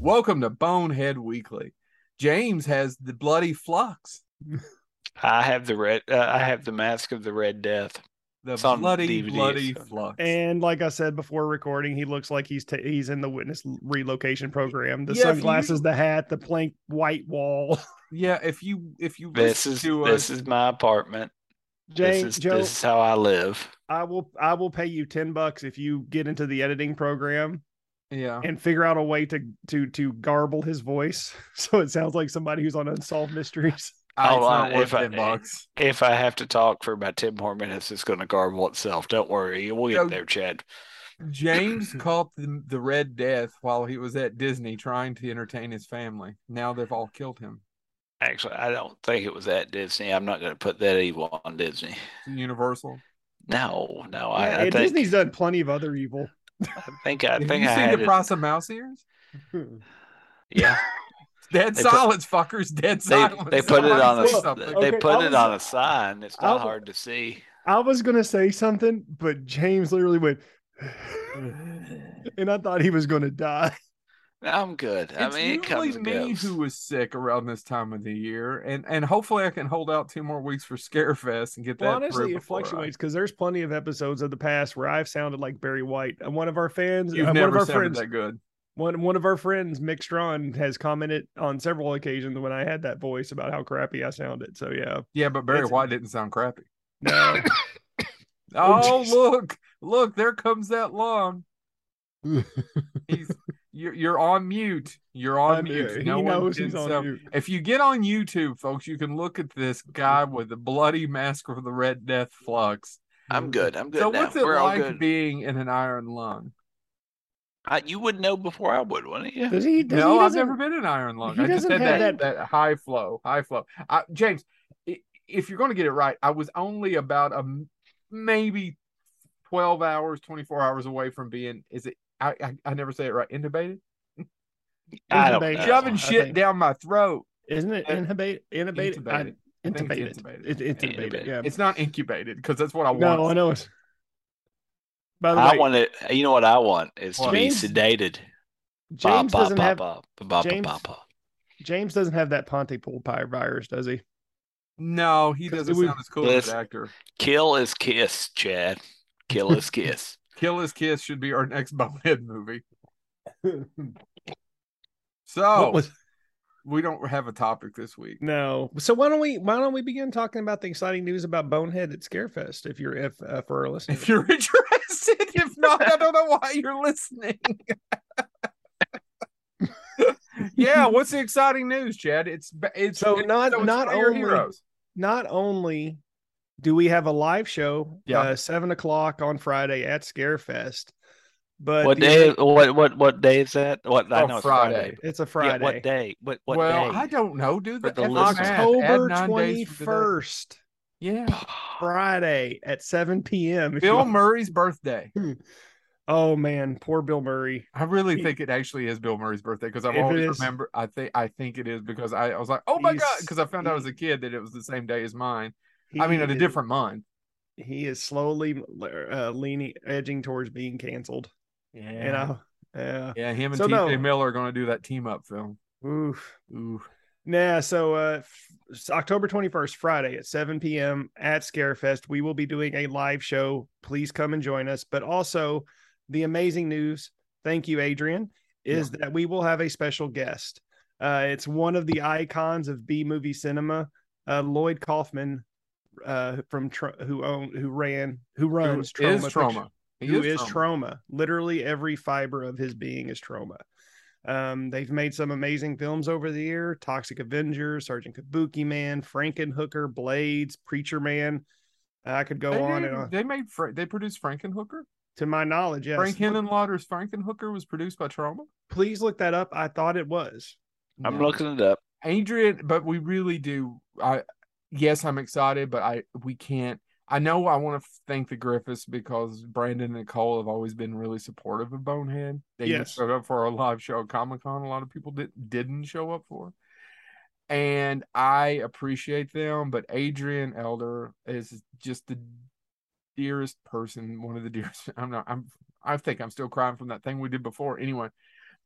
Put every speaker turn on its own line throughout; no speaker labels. Welcome to Bonehead Weekly. James has the bloody flux.
I have the red. Uh, I have the mask of the Red Death.
The
It's on
bloody,
DVD,
bloody
so-
flux.
And like I said before recording, he looks like he's ta he's in the witness relocation program. The
Yeah, if you-
sunglasses, the hat, the plank white wall.
yeah, if you if you
This
listen
is
to
this
us,
is my apartment.
Jay,
this is
Joe,
this is how I live.
I will I will pay you ten bucks if you get into the editing program
yeah,
Uh-huh.
and figure out a way to to to garble his voice so it sounds like somebody who's on unsolved mysteries.
I, it's
I'll, uh,
not worth
if I-
ten bucks.
If I have to talk for about ten more minutes, it's going to garble itself. Don't worry, we'll
Joe-
get there, Chad.
James caught the, the Red Death while he was at Disney trying to entertain his family. Now they've all killed him.
Actually, I don't think it was at Disney. I'm not going to put that evil on Disney.
Universal.
No, no.
Yeah,
I, I
and
think
Disney's done plenty of other evil.
I think I
Have
think
you
I
seen
had
the
it.
price of mouse ears?
Yeah,
Dead
They put-
silence, fuckers. Dead
they
silence.
they put it
Somebody
on a
say
s-
something.
they
Okay,
put
I
it
was-
on a sign. It's
I
not
was-
hard to see.
I was gonna say something, but James literally went and I thought he was gonna die.
I'm good. I
it's
mean, it
usually
comes and
me
goes.
who is sick around this time of the year, and and hopefully I can hold out two more weeks for Scarefest and get
Well,
that.
honestly,
through
it
before I-
fluctuates because there's plenty of episodes of the past where I've sounded like Barry White. And one of our fans,
You've
uh, one of
never
our
sounded
friends,
that good.
one one of our friends, Mick Strawn, has commented on several occasions when I had that voice about how crappy I sounded. So yeah,
Yeah, but Barry
It's-
White didn't sound crappy.
no, Oh,
Oh,
jeez.
look, look, there comes that lung. He's you're, you're on mute. You're on
I'm-
mute.
he
no one
knows
can
he's on
sound-
mute.
If you get on YouTube, folks, you can look at this guy with the bloody mask of the Red Death flux.
I'm good. I'm good
So,
now.
what's it
We're all
like
good.
being in an iron lung?
I, you would know before I would, wouldn't you?
Does he? Does,
no,
he
I've
doesn't-
never been in Iron Lung.
he
I just had
doesn't have
that, that
that-
high flow, high flow. I, James, i- if you're going to get it right, I was only about a m- maybe twelve hours, twenty four hours away from being. Is it? I I, I never say it right. Intubated,
Uh, I don't
Intubate.
know.
shoving
I
shit
think-
down my throat.
Isn't it inhibate? Inhibate?
Intubated.
I,
I think
intubated.
it's intubated.
It's
Yeah.
intubated.
Intubated.
Yeah.
It's not incubated because that's what I want.
no, I know it's. By the
I
way,
want it. You know what I want is to
What?
be
James-
sedated. Ba,
James
ba,
doesn't
ba,
have
ba, ba, ba,
James-
ba, ba.
James doesn't have that Pontypool pie virus, does he?
No, he
'Cause
doesn't
we-
sound as cool as
Listen.
an actor.
Kill is kiss, Chad. Kill is kiss.
Kill his kiss should be our next Bonehead movie.
What
So
was-
we don't have a topic this week.
No. So why don't we why don't we begin talking about the exciting news about Bonehead at Scarefest if you're if uh, for our listeners.
If you're interested, if not, I don't know why you're listening. yeah, what's the exciting news, Chad? It's ba- it's
So
it's-
not-
it's
not
Fire
only- Not only do we have a live show
Yeah.
uh, seven o'clock on Friday at Scarefest, but
What
the-
day? What what what day is that? What I
Oh,
know it's
Friday.
It's a
but- yeah,
Friday.
what day? What what
well,
day?
I don't know. Do
For
the,
the
effing math.
listeners.
Add
October
nine
twenty
days from today.
first,
Yeah,
Friday at seven p.m. if you
Bill
want-
Murray's birthday.
Oh man, poor Bill Murray.
I really
He-
think it actually is Bill Murray's birthday because I've
If it
always
is-
remember. I think I think it is because I, I was like, oh my god,
He's-
because I found out as
he-
a kid that it was the same day as mine. I mean,
He
at a
is-
different month.
He is slowly uh, leaning, edging towards being canceled.
Yeah,
You know, yeah.
yeah. Him and
So,
T.J.
no.
Miller are going to do that team up film.
Oof.
Ooh.
Nah, so uh f- s- October 21st, Friday at 7 p.m. at Scarefest, we will be doing a live show. Please come and join us. But also the amazing news, thank you, Adrian, is that we will have a special guest. Uh it's one of the icons of B movie cinema, uh Lloyd Kaufman, uh from Tr- who own who ran who
Who
runs
is
Pictures.
trauma. He
who is, trauma. Literally every fiber of his being is trauma. Um, they've made some amazing films over the year: Toxic Avenger, Sergeant Kabuki Man, Frankenhooker, Blades, Preacher Man. Uh, I could go
They,
on
did-
and on.
they made Fra- they produced Frankenhooker.
To my knowledge, yes.
Frank Henenlotter's Frankenhooker was produced by Trauma.
Please look that up. I thought it was.
I'm
No.
looking it up.
Adrian, but we really do. I yes, I'm excited, but I we can't. I know I want to thank the Griffiths because Brandon and Cole have always been really supportive of Bonehead. They even
Yes.
showed up for our live show at Comic Con. A lot of people did, didn't show up for, and I appreciate them. But Adrian Elder is just the dearest person, one of the dearest. I'm not. I'm. I think I'm still crying from that thing we did before. Anyway,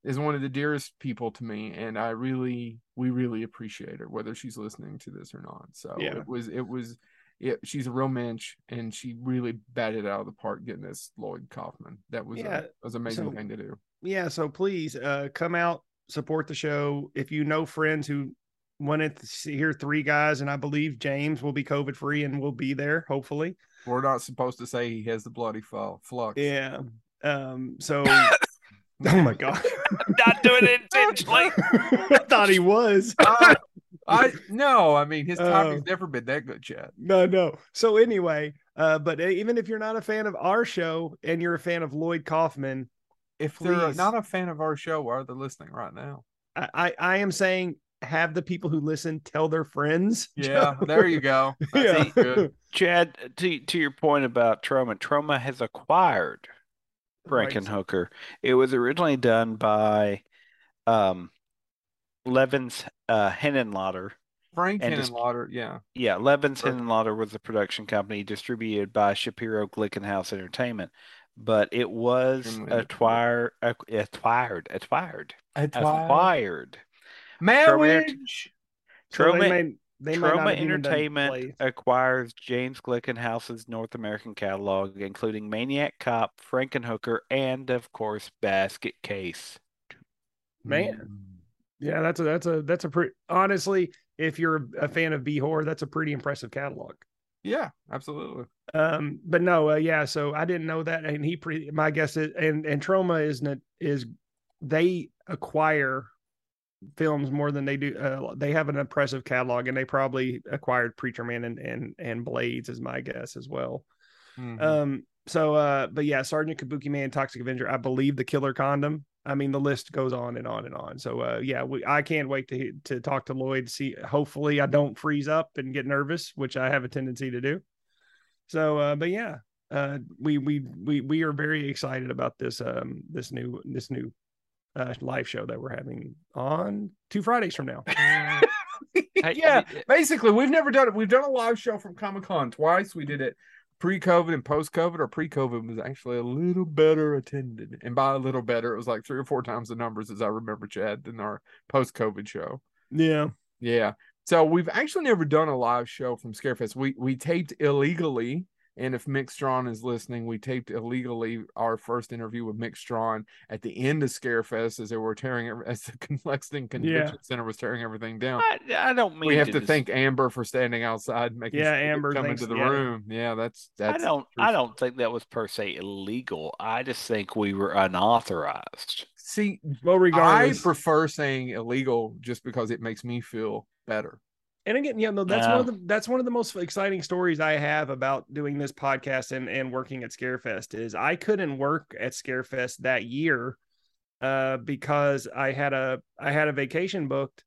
is one of the dearest people to me, and I really, we really appreciate her, whether she's listening to this or not. So
Yeah.
it was, it was, it, she's a real mensch, and she really batted it out of the park getting this Lloyd Kaufman. That was,
Yeah.
a, was an amazing
So-
thing to do.
yeah so please uh come out support the show if you know friends who wanted to see, hear three guys and i believe james will be covid free and will be there hopefully
We're not supposed to say he has the bloody fu- flux.
yeah um so oh my god
Not doing it intentionally.
i thought he was
I, I no, I mean his
Oh.
timing's never been that good, Chad.
no no so anyway uh but even if you're not a fan of our show and you're a fan of lloyd kaufman
If they're
Please.
not a fan of our show, why are they listening right now?
i i, I am saying have the people who listen tell their friends
Yeah, there you go.
yeah.
That's good.
Chad, to to your point about trauma, trauma has acquired Frankenhooker. It was originally done by um Levin's uh Henenlotter.
Frank
And just-
Henenlotter, yeah.
Yeah, Levin's
Sure.
Henenlotter was the production company distributed by Shapiro Glickenhaus Entertainment, but it was
Extremely
acquired acquired acquired acquired. Trauma Ent-
Marriage.
So they
Trauma-
may- they may not
Trauma
have even done
Entertainment
plays.
acquires James Glickenhaus's North American catalog, including Maniac Cop, Frankenhooker, and of course Basket Case.
Mm.
Man. Yeah, that's a that's a that's a pretty honestly, if you're a fan of B horror, that's a pretty impressive catalog.
Yeah, absolutely.
Um, but no, uh, yeah, so I didn't know that, and he pre my guess is and and trauma isn't it is they acquire films more than they do. Uh, they have an impressive catalog, and they probably acquired Preacher Man and and and Blades is my guess as well.
Mhm.
Um, so uh, but yeah, Sergeant Kabuki Man, Toxic Avenger, I believe the Killer Condom. I mean, the list goes on and on and on. So uh, yeah, we, I can't wait to he- to talk to Lloyd. See, hopefully I don't freeze up and get nervous, which I have a tendency to do. So, uh, but yeah, uh, we we we we are very excited about this um this new this new uh live show that we're having on two Fridays from now.
Hey,
Yeah.
I mean,
Basically, we've never done it. We've done a live show from Comic Con twice. We did it pre-COVID and post-COVID. Or pre-COVID was actually a little better attended, and by a little better, it was like three or four times the numbers as I remember, Chad, than our post-COVID show.
Yeah,
Yeah. So we've actually never done a live show from Scarefest. We we taped illegally, and if Mick Strawn is listening, we taped illegally our first interview with Mick Strawn at the end of Scarefest as they were tearing ev- as the Lexington Convention Center was tearing everything down.
I, I don't mean
We have
to
to
dis-
thank Amber for standing outside, and making
Yeah,
sure we could
Amber,
come
thanks-
into the
yeah.
room. Yeah, that's
I
that's
don't
truth.
I don't think that was per se illegal. I just think we were unauthorized.
see.
well,
I
regardless,
prefer saying illegal just because it makes me feel better.
and again yeah no that's one of
Yeah.
the that's one of the most exciting stories i have about doing this podcast and and working at scarefest is i couldn't work at scarefest that year uh because i had a i had a vacation booked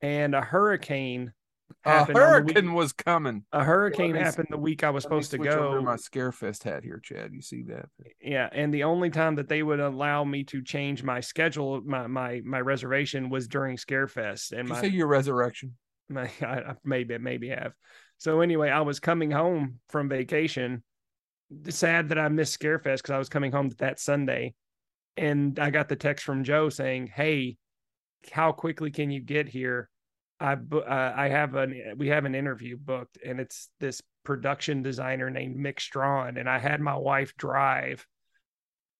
and a hurricane
A
happened on the
hurricane
week-
was coming.
a hurricane
Let me-
happened the week i was
Let me
supposed to
switch over
go
my Scarefest hat here, Chad. You see that?
yeah and the only time that they would allow me to change my schedule my my my reservation was during scarefest and
Did
my
you say your resurrection?
I, I maybe maybe have. So anyway, I was coming home from vacation. Sad that I missed Scarefest because I was coming home that Sunday, and I got the text from Joe saying, "Hey, how quickly can you get here? I bu- uh, I have an we have an interview booked, and it's this production designer named Mick Strawn, and I had my wife drive."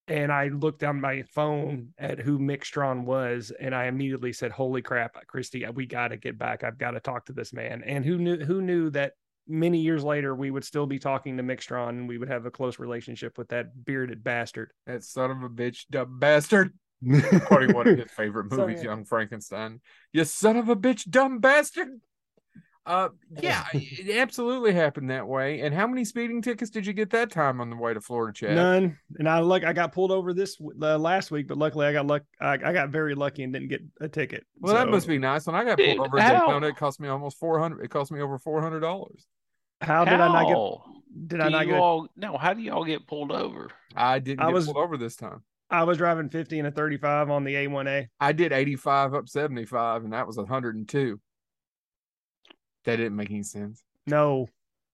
And I looked on my phone at who Mick Strawn was, and I immediately said, "Holy crap, Christy, uh, we got to get back. I've got to talk to this man." And who knew? Who knew that many years later we would still be talking to Mick Strawn, and we would have a close relationship with that bearded bastard.
That son of a bitch, dumb bastard. Probably one of his favorite
Sorry.
movies, Young Frankenstein. You son of a bitch, dumb bastard. Uh, yeah, it absolutely happened that way. And how many speeding tickets did you get that time on the way to Florida, Chad?
None. And I look, I got pulled over this uh, last week, but luckily I got luck. I, I got very lucky and didn't get a ticket.
Well, that
So,
must be nice. When I got pulled
Dude,
over in
how?
Daytona, it cost me almost four hundred. It cost me over four hundred dollars.
how did I not get?
How
Did
do
I not
you
get? a-
all no, how do y'all get pulled over?
I didn't
I
get
was-
pulled over this time.
I was driving fifty and a thirty-five on the A1A.
I did 85 up 75, and that was 102. That didn't make any sense.
No,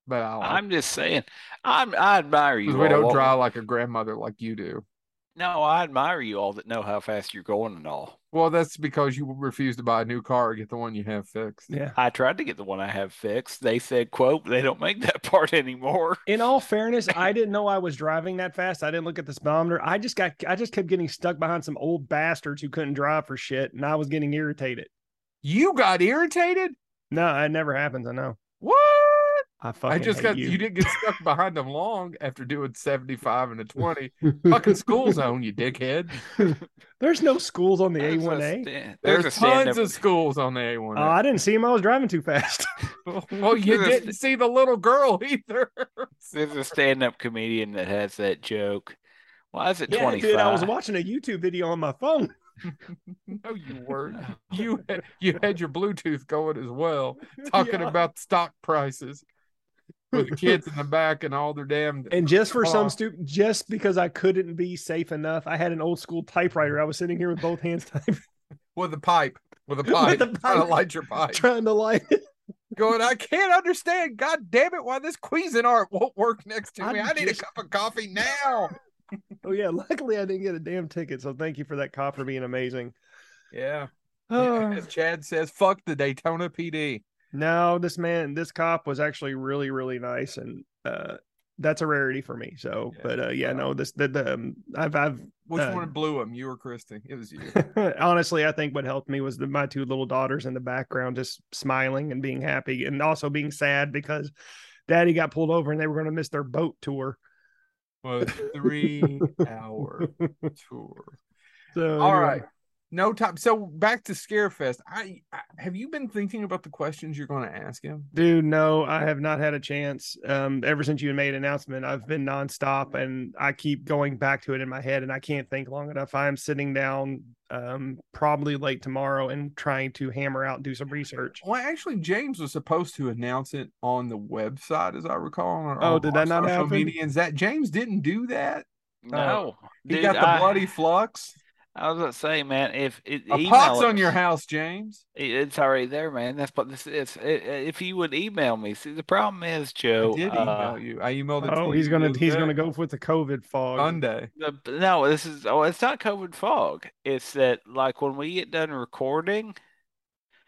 But I like
I'm just saying, I'm I admire
because
you
we don't
all.
drive like a grandmother like you do.
No, I admire you all that know how fast you're going and all.
Well, that's because you refuse to buy a new car or get the one you have fixed.
Yeah.
I tried to get the one I have fixed. They said, "quote They don't make that part anymore."
In all fairness, I didn't know I was driving that fast. I didn't look at the speedometer. I just got I just kept getting stuck behind some old bastards who couldn't drive for shit, and I was getting irritated.
You got irritated?
No, it never happens. I know.
What?
I fucking
I just
hate
got
you.
you. didn't get stuck behind them long after doing 75 and a 20. Fucking school zone, you dickhead.
There's no schools on the
There's a
A1A.
stand-
There's,
There's a
tons
stand-up.
of schools on the A1.
Oh, I didn't see him. I was driving too fast.
well, you
there's a
didn't see the little girl either.
There's a stand-up comedian that has that joke. Why is it
Yeah,
twenty
dude,
five?
I was watching a YouTube video on my phone.
no, Oh, you weren't. You had, you had your Bluetooth going as well, talking
Yeah.
about stock prices with the kids in the back and all their damn.
And just for
Aw.
some stupid, just because I couldn't be safe enough, I had an old school typewriter. I was sitting here with both hands typing,
with a pipe, with a
With
pipe,
the
trying to
pipe.
light your pipe.
trying to light it.
Going, I can't understand. God damn it, why this Cuisinart won't work next to me?
I'm
I need a
just-
cup of coffee now.
Oh yeah, luckily I didn't get a damn ticket. So thank you for that cop for being amazing.
Yeah.
Oh.
As Chad says, fuck the Daytona PD.
no, this man, this cop was actually really, really nice, and uh, that's a rarity for me. So,
Yeah.
but uh, yeah, no, this the, the um, I've I've
Which
Uh,
one blew him? You or Kristen? It was you.
honestly, I think what helped me was the, my two little daughters in the background just smiling and being happy and also being sad because daddy got pulled over and they were going to miss their boat tour.
Well, three hour tour.
So,
All
anyway,
right. No time. So back to Scarefest. I, I have you been thinking about the questions you're going to ask him?
Dude, no, I have not had a chance. Um, ever since you made an announcement, I've been nonstop and I keep going back to it in my head and I can't think long enough. I am sitting down um probably late tomorrow and trying to hammer out do some research.
Well, actually, James was supposed to announce it on the website, as I recall. On
Oh,
on
did
our
that not
social
happen?
Media. Is that James didn't do that?
No,
uh, He
dude,
got the
I,
bloody flux.
I was gonna say, man, if it,
A
email
pot's on
us.
your house, James.
It- It's already there, man. That's what this is. I- I- If you would email me, see, the problem is, Joe.
I did email
uh,
you. I emailed it. to
Oh,
you
he's gonna
the
he's
other
gonna
day,
go with the COVID fog.
Monday.
The, no, this is oh, it's not COVID fog. It's that like when we get done recording,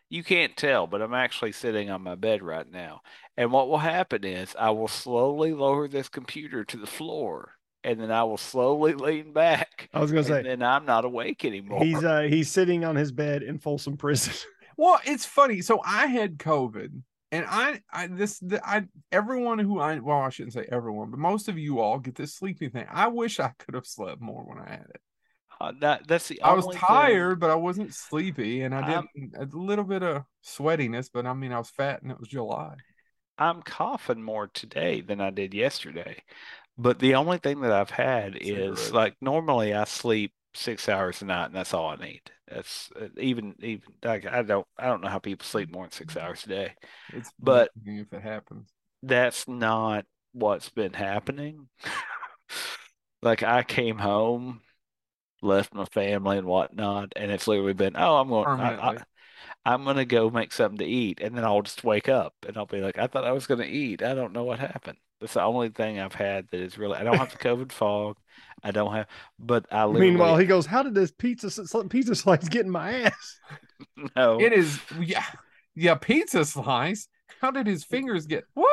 you can't tell, but I'm actually sitting on my bed right now. And what will happen is I will slowly lower this computer to the floor, and then I will slowly lean back,
I was gonna
and
say
then I'm not awake anymore.
He's uh he's sitting on his bed in Folsom Prison.
Well, it's funny. So I had COVID, and I, I this, the, I everyone who I well, I shouldn't say everyone, but most of you all get this sleeping thing. I wish I could have slept more when I had it.
Uh, that, that's the
I was
only thing.
tired, but I wasn't sleepy, and I
I'm-
didn't a little bit of sweatiness, but I mean I was fat, and it was July.
I'm coughing more today than I did yesterday. But the only thing that I've had is
Cigarettes.
like normally I sleep six hours a night and that's all I need. That's uh, even even like I don't I don't know how people sleep more than six hours a day.
It's
But-
amazing if it happens,
That's not what's been happening. Like I came home, left my family and whatnot, and it's literally been, oh, I'm going I, I,
Permanently.
I'm gonna go make something to eat, and then I'll just wake up and I'll be like, I thought I was gonna eat. I don't know what happened. That's the only thing I've had that is really. I don't have the COVID fog. I don't have, but I literally
Meanwhile, he goes, "How did this pizza sl- pizza slice get in my ass?"
know.
it is yeah, yeah. Pizza slice. How did his fingers get what?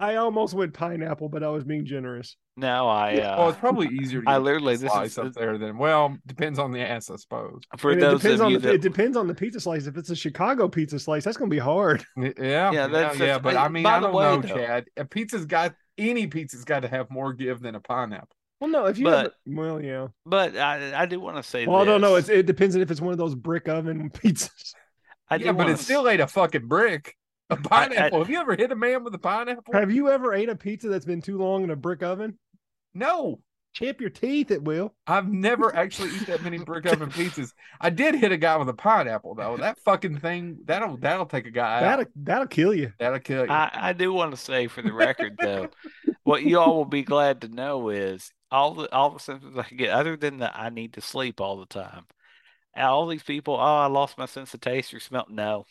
I almost went pineapple, but I was being generous.
Now I, uh,
well, it's probably easier to
I
get
literally this
slice
is
up there than well, depends on the ass, I suppose.
for
And it
those
depends
of
on
you
the, it
that
depends on the pizza slice. If it's a Chicago pizza slice, that's gonna be hard.
Y- Yeah,
Yeah,
yeah,
that's-
yeah.
that's-
But
uh,
I mean,
by
I
the
don't
way,
know,
though-
Chad. A pizza's got any pizza's got to have more give than a pineapple.
Well, no, if you
But-
have- well, yeah.
but I, I do want to say
Well, I don't know.
this.
It's it depends on if it's one of those brick oven pizzas.
I
yeah,
do
but
wanna
it still ain't a fucking brick. A pineapple. have you ever hit a man with a pineapple?
Have you ever ate a pizza that's been too long in a brick oven?
No,
Chip your teeth, it will.
I've never actually eaten that many brick oven pizzas. I did hit a guy with a pineapple though. That fucking thing that'll that'll take a guy out.
That'll that'll kill you.
That'll kill you.
I, I do want to say for the record, though, what you all will be glad to know is all the all the symptoms I get, other than that I need to sleep all the time. And All these people, oh, I lost my sense of taste or smell. No,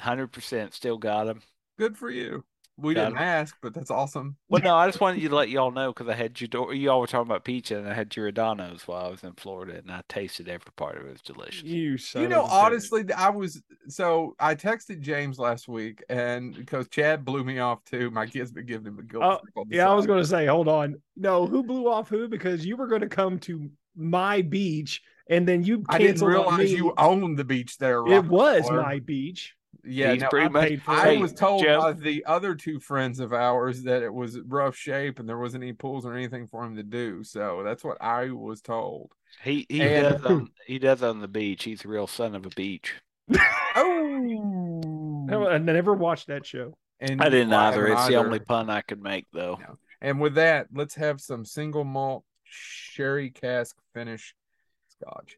hundred percent, still got them.
Good for you. We
Yeah.
didn't ask, but that's awesome.
Well, no, I just wanted you to let y'all know because I had you. You all were talking about pizza, and I had Giordano's while I was in Florida, and I tasted every part of it. It was delicious.
You son
you
of
know,
a bitch.
honestly, th- I was so I texted James last week, and because Chad blew me off too, my kids been giving him a guilt
Oh,
trip on the
Yeah, I
side.
was going to say, hold on. No, who blew off who? Because you were going to come to my beach and then you
I didn't
canceled on
realize
me.
you owned the beach there.
It
Rock.
was
Water.
my beach.
yeah,
He's
no,
pretty
I
much.
paid for
I
Hey,
was told
Jeff.
by the other two friends of ours that it was rough shape and there wasn't any pools or anything for him to do. So that's what I was told.
He he
And-
does on, he does on the beach. He's a real son of a beach.
Oh,
I never watched that show.
and
I
you
didn't either.
haven't
It's the
either.
only pun I could make though.
No. And with that, let's have some single malt sherry cask finish scotch.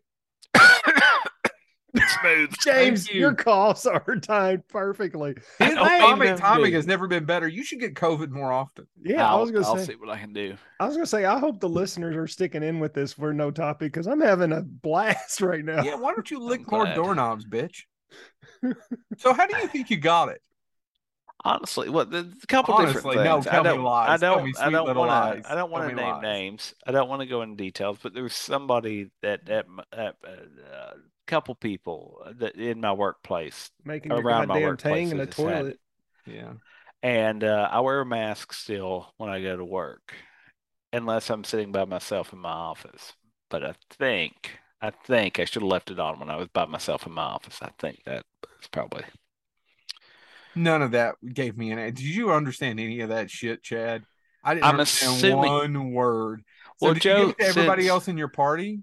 Smooth.
James,
you.
your calls are timed perfectly.
His
I ain't
comic
even
timing
been-
has never been better. You should get COVID more often.
Yeah, i
I'll-
was going
I'll
to say.
see what I can do.
I was going to say. I hope the listeners are sticking in with this for no topic because I'm having a blast right now.
Yeah, why don't you lick
I'm
more
glad.
doorknobs, bitch? so how do you think you got it?
Honestly, what the the couple
Honestly, no,
different things.
tell
I
me
don't,
lies.
I
Tell
don't,
me
I
sweet
don't
little
wanna,
lies.
I don't want to
Tell me lies.
name names. I don't want to go into details, but there was somebody that that a uh, couple people that in my workplace,
Making your
Around my
goddamn tang in a
workplaces, it's had-
toilet.
Yeah.
and uh, I wear a mask still when I go to work, unless I'm sitting by myself in my office. But I think, I think I should have left it on when I was by myself in my office. I think that's probably.
None of that gave me an edge. Did you understand any of that shit, Chad? I didn't
I'm
understand
assuming-
one word. So
Well,
did you give
Joe,
it to everybody
since-
else in your party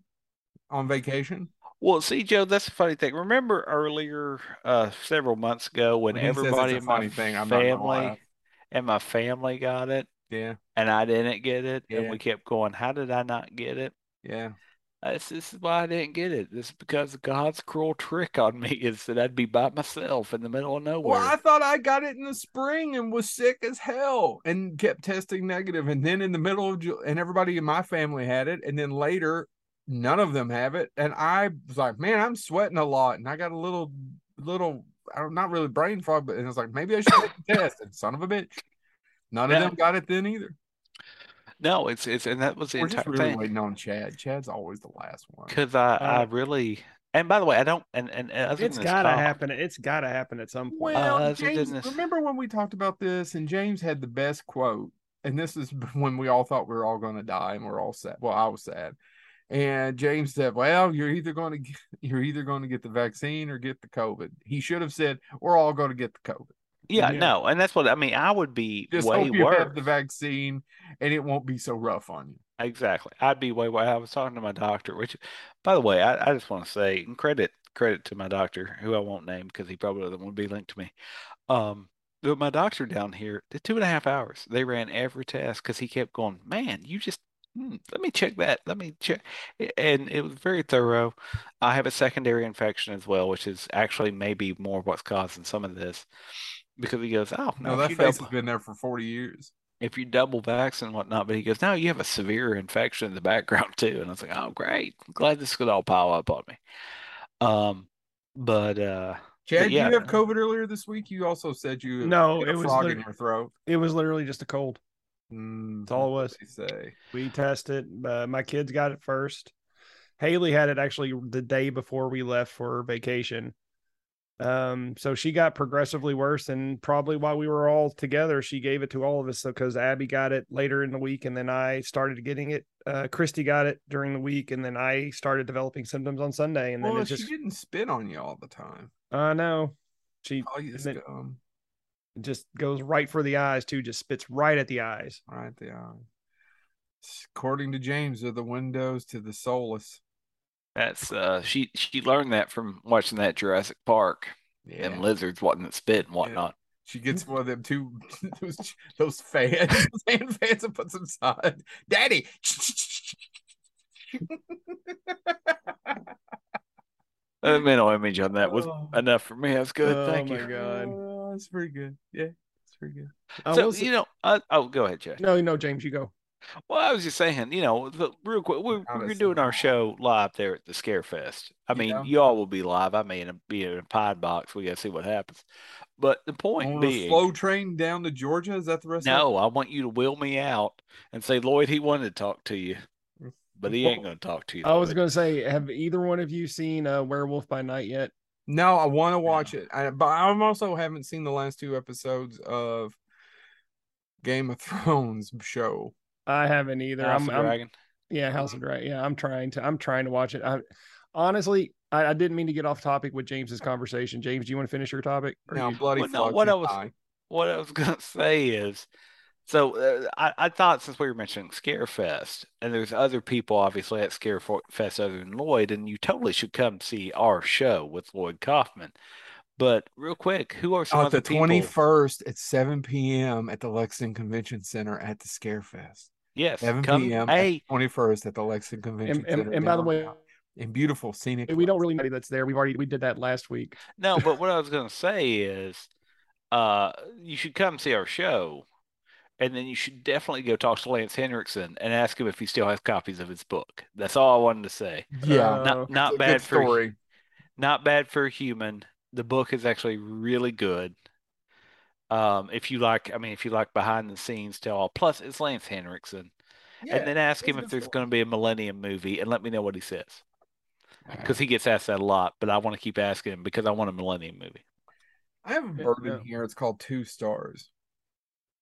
on vacation?
Well, see, Joe, that's the funny thing. Remember earlier, uh, several months ago, when
When he says it's
everybody
a
in my
funny thing, I'm not gonna
family
laugh.
and my family got it,
Yeah,
and I didn't get it, and
Yeah.
we kept going, "How did I not get it?
yeah.
Uh, This, this is why I didn't get it. This is because God's cruel trick on me is that I'd be by myself in the middle of
Well, I
nowhere."
thought I got it in the spring and was sick as hell and kept testing negative. And then in the middle of Ju- and everybody in my family had it. And then later, none of them have it. And I was like, man, I'm sweating a lot. And I got a little, little, I'm not really brain fog, but and I was like, maybe I should take a test. And son of a bitch, none of
Yeah.
them got it then either.
No, it's it's, and that was the
We're just
entire
really
thing.
waiting on Chad. Chad's always the last one.
Because I, I
Uh,
really, and by the way, I don't, and and, and other
It's
than this
gotta
cough,
happen. It's gotta happen at some point.
Well,
Uh, so
James,
goodness.
remember when we talked about this and James had the best quote, and this is when we all thought we were all going to die and we're all sad. Well, I was sad. And James said, "Well, you're either going to get, you're either going to get the vaccine or get the COVID." He should have said, "We're all going to get the COVID."
Yeah,
Yeah.
no, and that's what I mean. I would be
Just
way
hope you
worse.
have the vaccine and it won't be so rough on you.
Exactly. I'd be way, way. I was talking to my doctor, which, by the way, I, I just want to say and credit credit to my doctor, who I won't name because he probably doesn't want to be linked to me. Um, but my doctor down here did two and a half hours. They ran every test because he kept going, man, you just hmm, let me check that. Let me check. A- And it was very thorough. I have a secondary infection as well, which is actually maybe more what's causing some of this because he goes, oh,
No,
no, if
that
you
face
double-
has been there for forty years.
if you double vax and whatnot, but he goes, no, you have a severe infection in the background too. And I was like, oh, great. I'm glad this could all pile up on me. Um, but uh,
Chad, do
yeah.
you have COVID earlier this week? You also said you
No,
you had a
it was
frog
lit-
in your throat. Mm,
It was literally just a cold.
That's
That's all it was.
they say.
We tested. Uh, my kids got it first. Haley had it actually the day before we left for vacation. Um, so she got progressively worse, and probably while we were all together, she gave it to all of us. So because Abby got it later in the week, and then I started getting it. Uh, Christy got it during the week, and then I started developing symptoms on Sunday, and then
well,
it just.
she didn't spit on you all the time.
I know. She
Oh, you
then-
scum.
just goes right for the eyes too. Just spits right at the eyes.
Right there. According to James, are the windows to the soulless.
That's uh, she she learned that from watching that Jurassic Park and
Yeah.
lizards wanting to spit and whatnot.
She gets
Hmm?
one of them two those those fans, those hand fans, and puts them side. Daddy.
The mental image on that was
Oh.
enough for me. That's good.
Oh
Thank
my
you.
God.
Oh, that's pretty good. Yeah, it's pretty good.
I
So
will say-
you know, uh, oh, go ahead, Jay.
no, no, James, you go.
Well, I was just saying, you know, the, real quick, we're, we're
Honestly.
doing our show live there at the Scarefest. I mean,
Yeah.
you all will be live. I may in- be in a pod box. We got to see what happens. But the point
On a
being,
slow train down to Georgia. Is that the rest? of
no, I want you to wheel me out and say, Lloyd, he wanted to talk to you, but he ain't going to talk to you.
I was
Lloyd.
going to say, have either one of you seen uh, Werewolf by Night yet?
it? No, I want to watch it, I, but I am also haven't seen the last two episodes of Game of Thrones show.
I haven't either.
House
I'm,
of
I'm-
Dragon.
yeah, House of Dragon. Yeah, I'm trying to. I'm trying to watch it. I, honestly, I, I didn't mean to get off topic with James's conversation. James, do you want to finish your topic? Or
Now,
you-
bloody
Well, no,
fuck,
what
you
I was-
guy.
What I was going to say is, so uh, I, I thought since we were mentioning Scarefest, and there's other people obviously at Scarefest other than Lloyd, and you totally should come see our show with Lloyd Kaufman. But real quick, who are some
on
other
Oh, the
people?
twenty first at seven p.m. at the Lexington Convention Center at the Scarefest.
Yes,
Seven
come.
p.m.
Hey,
twenty first at the Lexington Convention
and, and,
Center.
and by the way,
downtown. in beautiful scenic.
we don't
Lexington.
really know that's there. We've already we did that last week.
no, but what I was gonna say is, uh, you should come see our show, and then you should definitely go talk to Lance Henriksen and ask him if he still has copies of his book. That's all I wanted to say.
Yeah,
Uh,
Not
Oh,
not
it's a good
bad for
story.
not bad for a human. The book is actually really good. Um, if you like, I mean, if you like behind the scenes tell all, plus it's Lance Henriksen, and then ask
it's a
him if
good
there's
story.
going to be a Millennium movie, and let me know what he says, because he gets asked that a lot. But I want to keep asking him because I want a Millennium movie.
I have a
Yeah,
bourbon
yeah.
here. It's called Two Stars.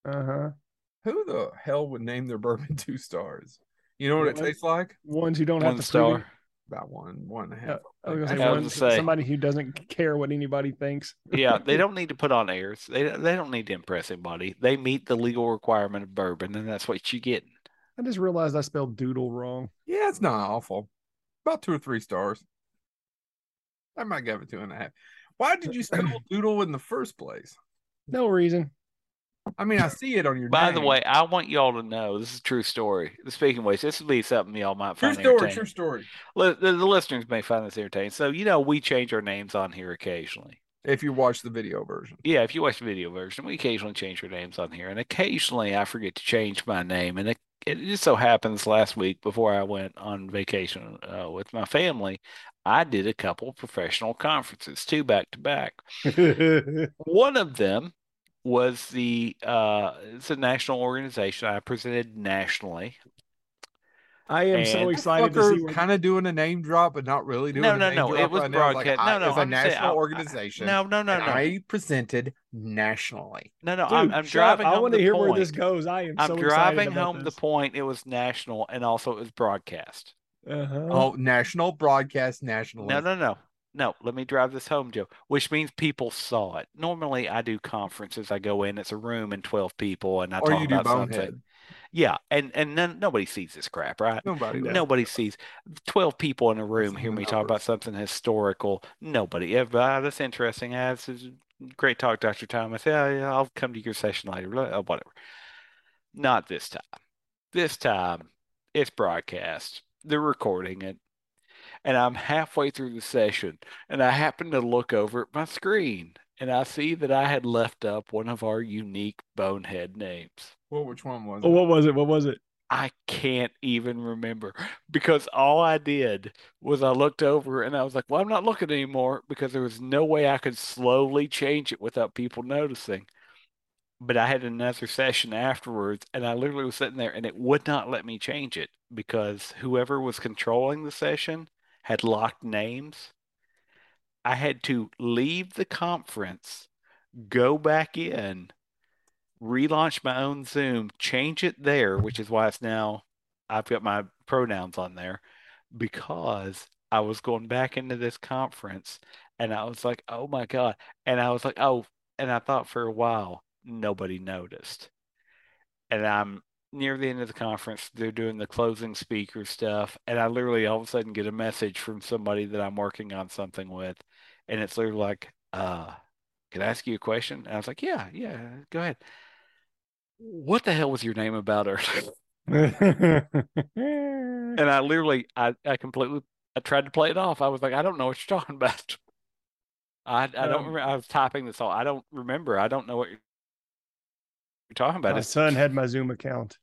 Uh huh.
Who the hell would name their bourbon Two Stars? You know what it
What?
tastes like?
Ones who don't have
One
to
star.
prove
About one, one and a
Yeah,
half.
it. Uh, I was gonna
I
say,
was
ones,
gonna say.
somebody who doesn't care what anybody thinks.
Yeah, they don't need to put on airs. They don't- they don't need to impress anybody. They meet the legal requirement of bourbon, and that's what you get.
I just realized I spelled doodle wrong.
Yeah, it's not awful. About two or three stars. I might give it two and a half. Why did you spell doodle in the first place?
No reason.
I mean, I see it on your.
By the
name.
way, I want y'all to know this is a true story. Speaking of which, this will be something y'all might
true
find
story.
entertaining.
True story.
Li- the, the listeners may find this entertaining. So, you know, we change our names on here occasionally.
If you watch the video version,
Yeah, if you watch the video version, we occasionally change our names on here. And occasionally I forget to change my name. And it, it just so happens last week before I went on vacation uh, with my family, I did a couple professional conferences, two back to back. One of them was the uh, it's a national organization. I presented nationally.
I am
And-
so excited to see.
fucker
Where,
kind of doing a name drop, but not really doing.
No,
a
no,
name
no.
drop
It was
right now. Like,
broadcast.
I-
No,
It's
no.
a
I'm saying-
national
I- I-
organization.
No, no, no,
and
no.
I presented nationally.
No, no,
Dude,
I'm,
shut
I'm
up.
driving
I
home
want to
the
hear
point.
where this goes. I am.
I'm
so
driving
excited about
home the point. It was national and also it was broadcast.
this. Uh-huh.
Oh, national broadcast nationally.
No, no, no. No, let me drive this home, Joe, which means people saw it. Normally, I do conferences. I go in, it's a room and 12 people, and I
Or
talk
you do
about something.
bonehead.
Yeah, and and none, nobody sees this crap, right?
Nobody. does.
Nobody sees 12 people in a room
in
hear
the
me talk about
numbers.
something historical. Nobody. Yeah, but, ah, that's interesting. Ah, this is great talk, Dr. Thomas. Yeah, yeah, I'll come to your session later. blah, uh, Whatever. Not this time. This time, it's broadcast. They're recording it. And I'm halfway through the session, and I happen to look over at my screen, and I see that I had left up one of our unique bonehead names.
Well, which one was?
Oh,
it?
what was it? What was it?
I can't even remember because all I did was I looked over and I was like, well, I'm not looking anymore because there was no way I could slowly change it without people noticing. But I had another session afterwards and I literally was sitting there and it would not let me change it because whoever was controlling the session had locked names. I had to leave the conference, go back in relaunch my own Zoom, change it there, which is why it's now I've got my pronouns on there because I was going back into this conference and I was like, oh my God. And I was like, oh, and I thought for a while nobody noticed. And I'm near the end of the conference, they're doing the closing speaker stuff. And I literally all of a sudden get a message from somebody that I'm working on something with. And it's literally like, uh, can I ask you a question? And I was like, yeah, yeah, go ahead. What the hell was your name about earlier? And I literally, I, I completely, I tried to play it off. I was like, I don't know what you're talking about. I, I don't
Um,
remember. I was typing this all. I don't remember. I don't know what you're, you're talking about.
my
It's-
son had my Zoom account.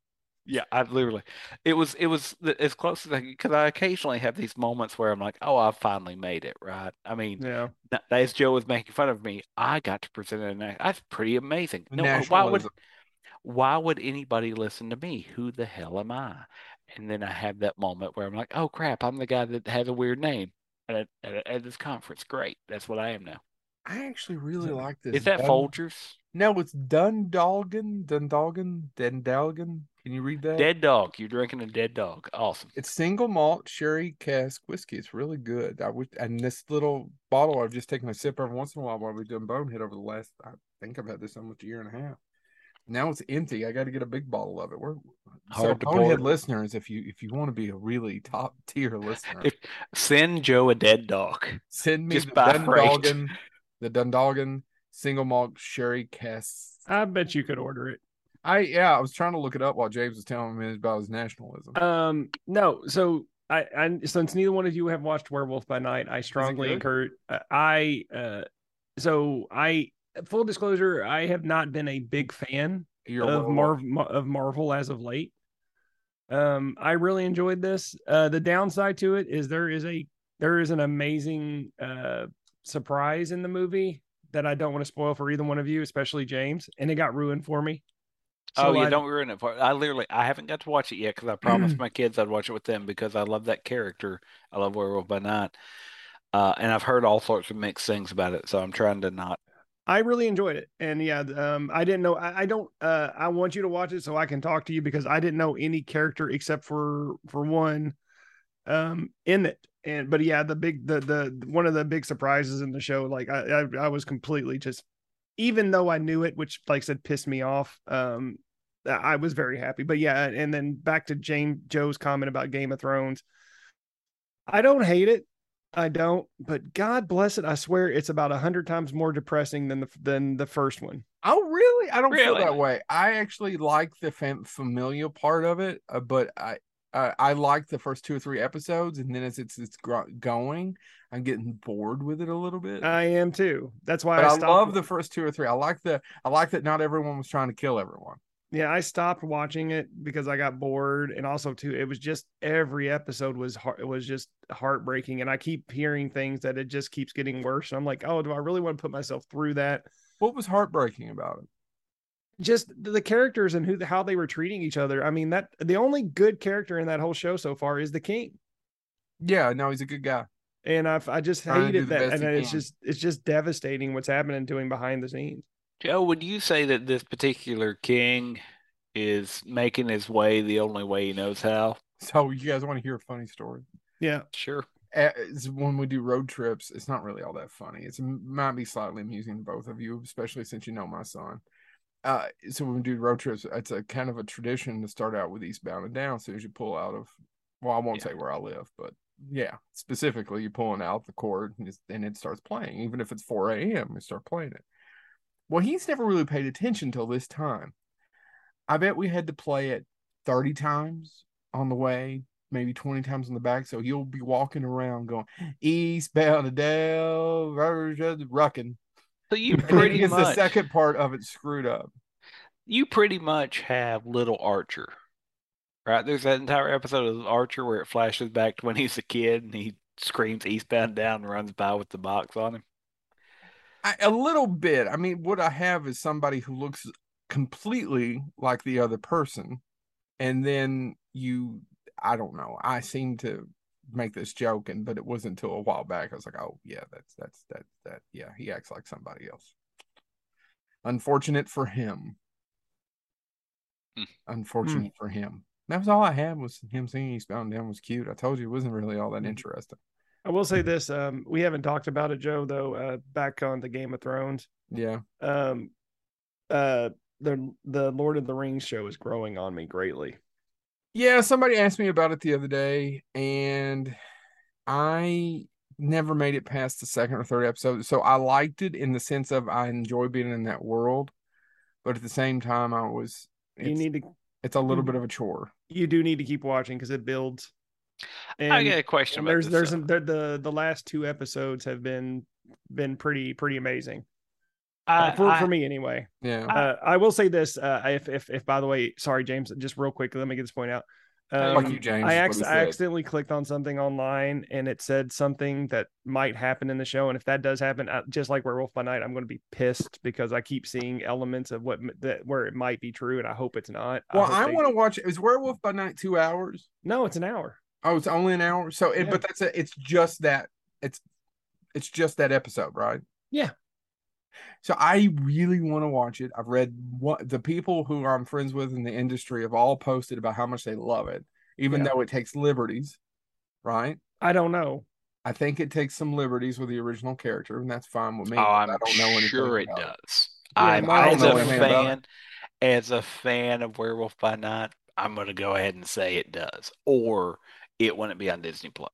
Yeah, I literally, it was it was th- as close as I because I occasionally have these moments where I'm like, oh, I finally made it, right? I mean,
Yeah.
th- as Joe was making fun of me, I got to present it, and I- that's pretty amazing. No, uh, why would
Nationalism.
why would anybody listen to me? Who the hell am I? And then I have that moment where I'm like, oh crap, I'm the guy that has a weird name at a, at, a, at this conference. Great, that's what I am now.
I actually really like this.
Is that
Dun-
Folgers?
No, it's Dundalgan, Dundalgan, Dundalgan. Can you read that?
Dead dog. You're drinking a dead dog. Awesome.
It's single malt sherry cask whiskey. It's really good. I would, and this little bottle I've just taken a sip every once in a while while we've done Bonehead over the last. I think I've had this almost a year and a half. Now it's empty. I got to get a big bottle of it. We're
Hard to
so Bonehead
board.
listeners. If you if you want to be a really top tier listener,
If- Send Joe a dead dog.
send me
just
the
buy freight.
Dundalgan, the Dundalgan single malt sherry cask.
I bet you could order it.
I yeah, I was trying to look it up while James was telling me about his nationalism.
Um, no, so I, I since neither one of you have watched Werewolf by Night, I strongly
good?
encourage. Uh, I uh, so I full disclosure, I have not been a big fan
You're
of
well-
Marv Mar- of Marvel as of late. Um, I really enjoyed this. Uh, the downside to it is there is a there is an amazing uh surprise in the movie that I don't want to spoil for either one of you, especially James, and it got ruined for me.
Oh
So
yeah,
I-
don't ruin it for. I literally, I haven't got to watch it yet because I promised my kids I'd watch it with them because I love that character. I love Werewolf by Night, uh, and I've heard all sorts of mixed things about it. So I'm trying to not.
I really enjoyed it. And yeah, th- um, I didn't know. I, I don't. Uh, I want you to watch it so I can talk to you because I didn't know any character except for for one, um, in it. And but yeah, the big the the one of the big surprises in the show, like I I, I was completely just, even though I knew it, which like I said pissed me off. Um, I I was very happy. But yeah, and then back to James Joe's comment about Game of Thrones. I don't hate it. I don't, but God bless it. I swear it's about a hundred times more depressing than the than the first one.
Oh, really? I don't feel
Really?
that way. I actually like the fam- familial part of it, uh, but I uh, I like the first two or three episodes, and then as it's it's gro- going, I'm getting bored with it a little bit.
I am too. That's why
but
Uh, I
I,
stopped.
love the first two or three. I like the I like that not everyone was trying to kill everyone.
yeah. I stopped watching it because I got bored, and also too, it was just every episode was heart, it was just heartbreaking, and I keep hearing things that it just keeps getting worse. And I'm like, oh, do I really want to put myself through that?
What was heartbreaking about it?
Just the- the characters and who how they were treating each other. I mean, that the only good character in that whole show so far is the king.
Yeah, no, he's a good guy.
and I've, I just
Trying to do
hated
the
that,
best
and
he
it's
can.
just it's just devastating what's happening to him behind the scenes.
Joe, would you say that this particular king is making his way the only way he knows how?
So you guys want to hear a funny story?
Yeah,
Sure.
Uh, it's when we do road trips, it's not really all that funny. It's might be slightly amusing to both of you, especially since you know my son. Uh, so when we do road trips, it's a kind of a tradition to start out with Eastbound and Down. As soon as you pull out of, well, I won't
Yeah.
say where I live, but yeah, specifically you're pulling out the chord and, it's, and it starts playing. Even if it's 4 a.m., we start playing it. Well, he's never really paid attention till this time. I bet we had to play it 30 times on the way, maybe 20 times on the back. So you'll be walking around going eastbound Adele, rocking.
So you
And then
pretty
he gets the
much-
second part of it screwed up.
you pretty much have little Archer, right? There's that entire episode of Archer where it flashes back to when he's a kid and he screams eastbound down and runs by with the box on him.
I, a little bit. I mean, what I have is somebody who looks completely like the other person, and then you, I don't know. I seem to make this joke, and but it wasn't until a while back I was like, oh yeah, that's that's that that yeah, he acts like somebody else. Unfortunate for him.
Hmm.
Unfortunate for him. That was all I had was him singing Eastbound and Down was cute. I told you it wasn't really all that
Mhm.
interesting.
I will say this: um, we haven't talked about it, Joe. Though uh, back on the Game of Thrones,
Yeah.
um, uh, the the Lord of the Rings show is growing on me greatly.
Yeah, somebody asked me about it the other day, and I never made it past the second or third episode. So I liked it in the sense of I enjoy being in that world, but at the same time, I was it's,
you need Mm-hmm. to
it's a little bit of a chore.
you do need to keep watching because it builds. And,
I got a question
and
about
there's
this,
there's
though.
some, the, the the last two episodes have been been pretty pretty amazing. Uh,
I,
for,
I-
for me anyway.
Yeah.
Uh, I will say this. Uh, if, if, if, by the way, sorry, James, just real quick, let me get this point out.
Hey,
Fuck
um,
you, James.
I,
is what
acc-
he
I
said.
accidentally clicked on something online and it said something that might happen in the show. And if that does happen, I, just like Werewolf by Night, I'm going to be pissed because I keep seeing elements of what m- that where it might be true, and I hope it's not.
well,
hope
I
they-
want to watch. Is Werewolf by Night two hours?
No, it's an hour.
Oh, it's only an hour. So, it,
Yeah.
but that's it. It's just that. It's it's just that episode, right?
Yeah.
So I really want to watch it. I've read what the people who I'm friends with in the industry have all posted about how much they love it, even
Yeah.
though it takes liberties, right?
I don't know.
I think it takes some liberties with the original character, and that's fine with me.
oh,
I
I'm
don't know anything
sure it
about
does.
Yeah,
I'm
I
don't
as
know
a
anything about
fan, as a fan of Werewolf by Night, I'm gonna go ahead and say it does, or it wouldn't be on Disney Plus.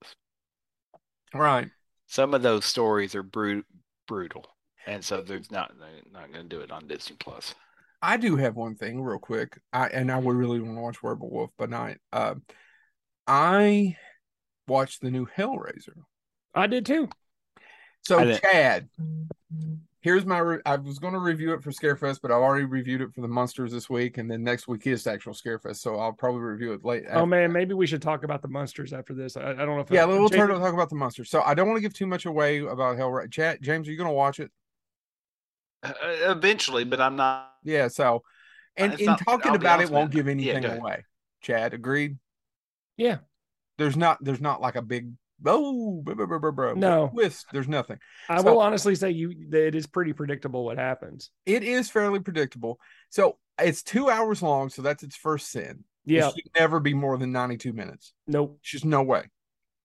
Right.
Some of those stories are brut- brutal, and so there's not they're not gonna do it on Disney Plus.
I do have one thing real quick. I and I would really want to watch Werewolf by Night. Um, I watched the new Hellraiser.
I did too.
I
So
didn't-
Chad, here's my. Re- I was going to review it for Scarefest, but I've already reviewed it for the Monsters this week, and then next week is the actual Scarefest, so I'll probably review it late.
Oh
after
man,
that.
maybe we should talk about the monsters after this. I, I don't know if uh,
yeah,
I,
we'll
Jason-
turn to talk about the monsters. So I don't want to give too much away about Hellraiser. Chad, James, are you going to watch it?
Uh, eventually, but I'm not.
Yeah. So, and
it's
in
not-
talking
I'll be
about it,
honest with
won't
you.
give
Yeah,
anything
go ahead.
away. Chad, agreed.
Yeah.
there's not there's not like a big oh bro, bro, bro, bro, bro,
No.
twist. There's nothing.
I
So-
will honestly say you that it is pretty predictable what happens.
It is fairly predictable. So it's two hours long, so that's its first sin.
Yeah.
It should never be more than 92 minutes.
Nope.
It's just no way.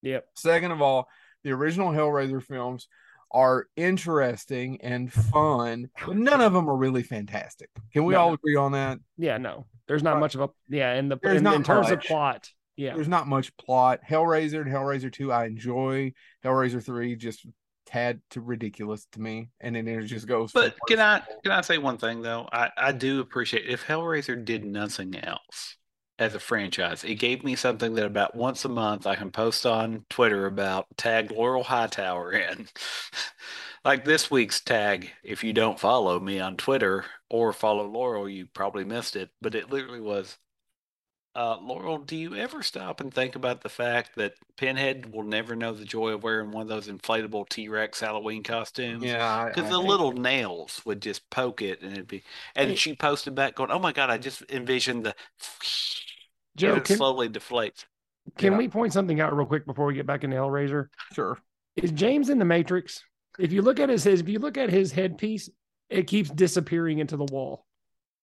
Yep.
Second of all, the original Hellraiser films are interesting and fun, but none of them are really fantastic. Can we
No.
all agree on that?
Yeah. No. There's not
Right.
much of a yeah. In the
There's
in,
not
in terms of
much.
plot. Yeah.
There's not much plot. Hellraiser and Hellraiser 2, I enjoy. Hellraiser 3 just tad to ridiculous to me. And then it just goes. from
But can
worse
I
to worse.
can I say one thing though? I I do appreciate if Hellraiser did nothing else as a franchise, it gave me something that about once a month I can post on Twitter about tag Laurel Hightower in. Like this week's tag, if you don't follow me on Twitter or follow Laurel, you probably missed it, but it literally was uh, Laurel, do you ever stop and think about the fact that Pinhead will never know the joy of wearing one of those inflatable T Rex Halloween costumes?
Yeah, I- I
Because the
think-
little nails would just poke it, and it'd be.
Hey.
And she posted back, going, "Oh my God, I just envisioned the."
Joe,
as it
can,
slowly deflates.
can
yeah.
we point something out real quick before we get back into Hellraiser?
sure.
Is James in the Matrix? If you look at his, his if you look at his headpiece, it keeps disappearing into the wall.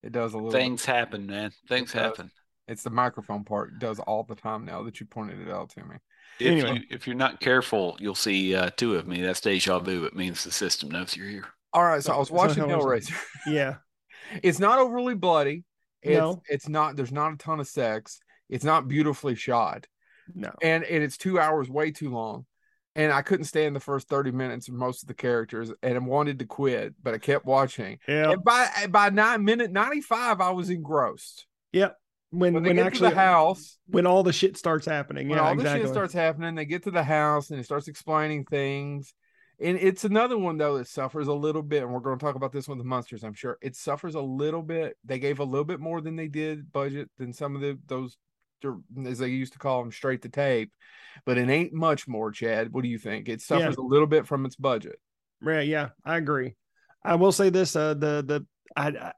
It does a little. bit.
Things happen, man. Things
It does.
happen.
It's the microphone part. It does all the time now that you pointed it out to me.
If
Anyway.
you if you're not careful, you'll see uh, two of me. That's deja vu. It means the system knows you're here.
All right, so,
So-
I was
so
watching
Hellraiser.
Hellraiser.
Yeah.
It's not overly bloody. It's
No.
it's not. There's not a ton of sex. It's not beautifully shot,
No.
and and it's two hours way too long. And I couldn't stand the first thirty minutes of most of the characters, and I wanted to quit, but I kept watching.
Yeah.
And by by nine minute ninety five, I was engrossed. When
When when,
they get
actually
to the house,
when all the shit starts happening.
when
yeah.
all
exactly.
this shit starts happening, they get to the house and it starts explaining things. And it's another one though that suffers a little bit, and we're going to talk about this with the monsters, I'm sure. It suffers a little bit. They gave a little bit more than they did budget than some of the those dir- as they used to call them straight to tape, but it ain't much more. Chad, what do you think? It suffers a little bit from its budget.
Right. Yeah, I agree. I will say this: uh, the the I, I,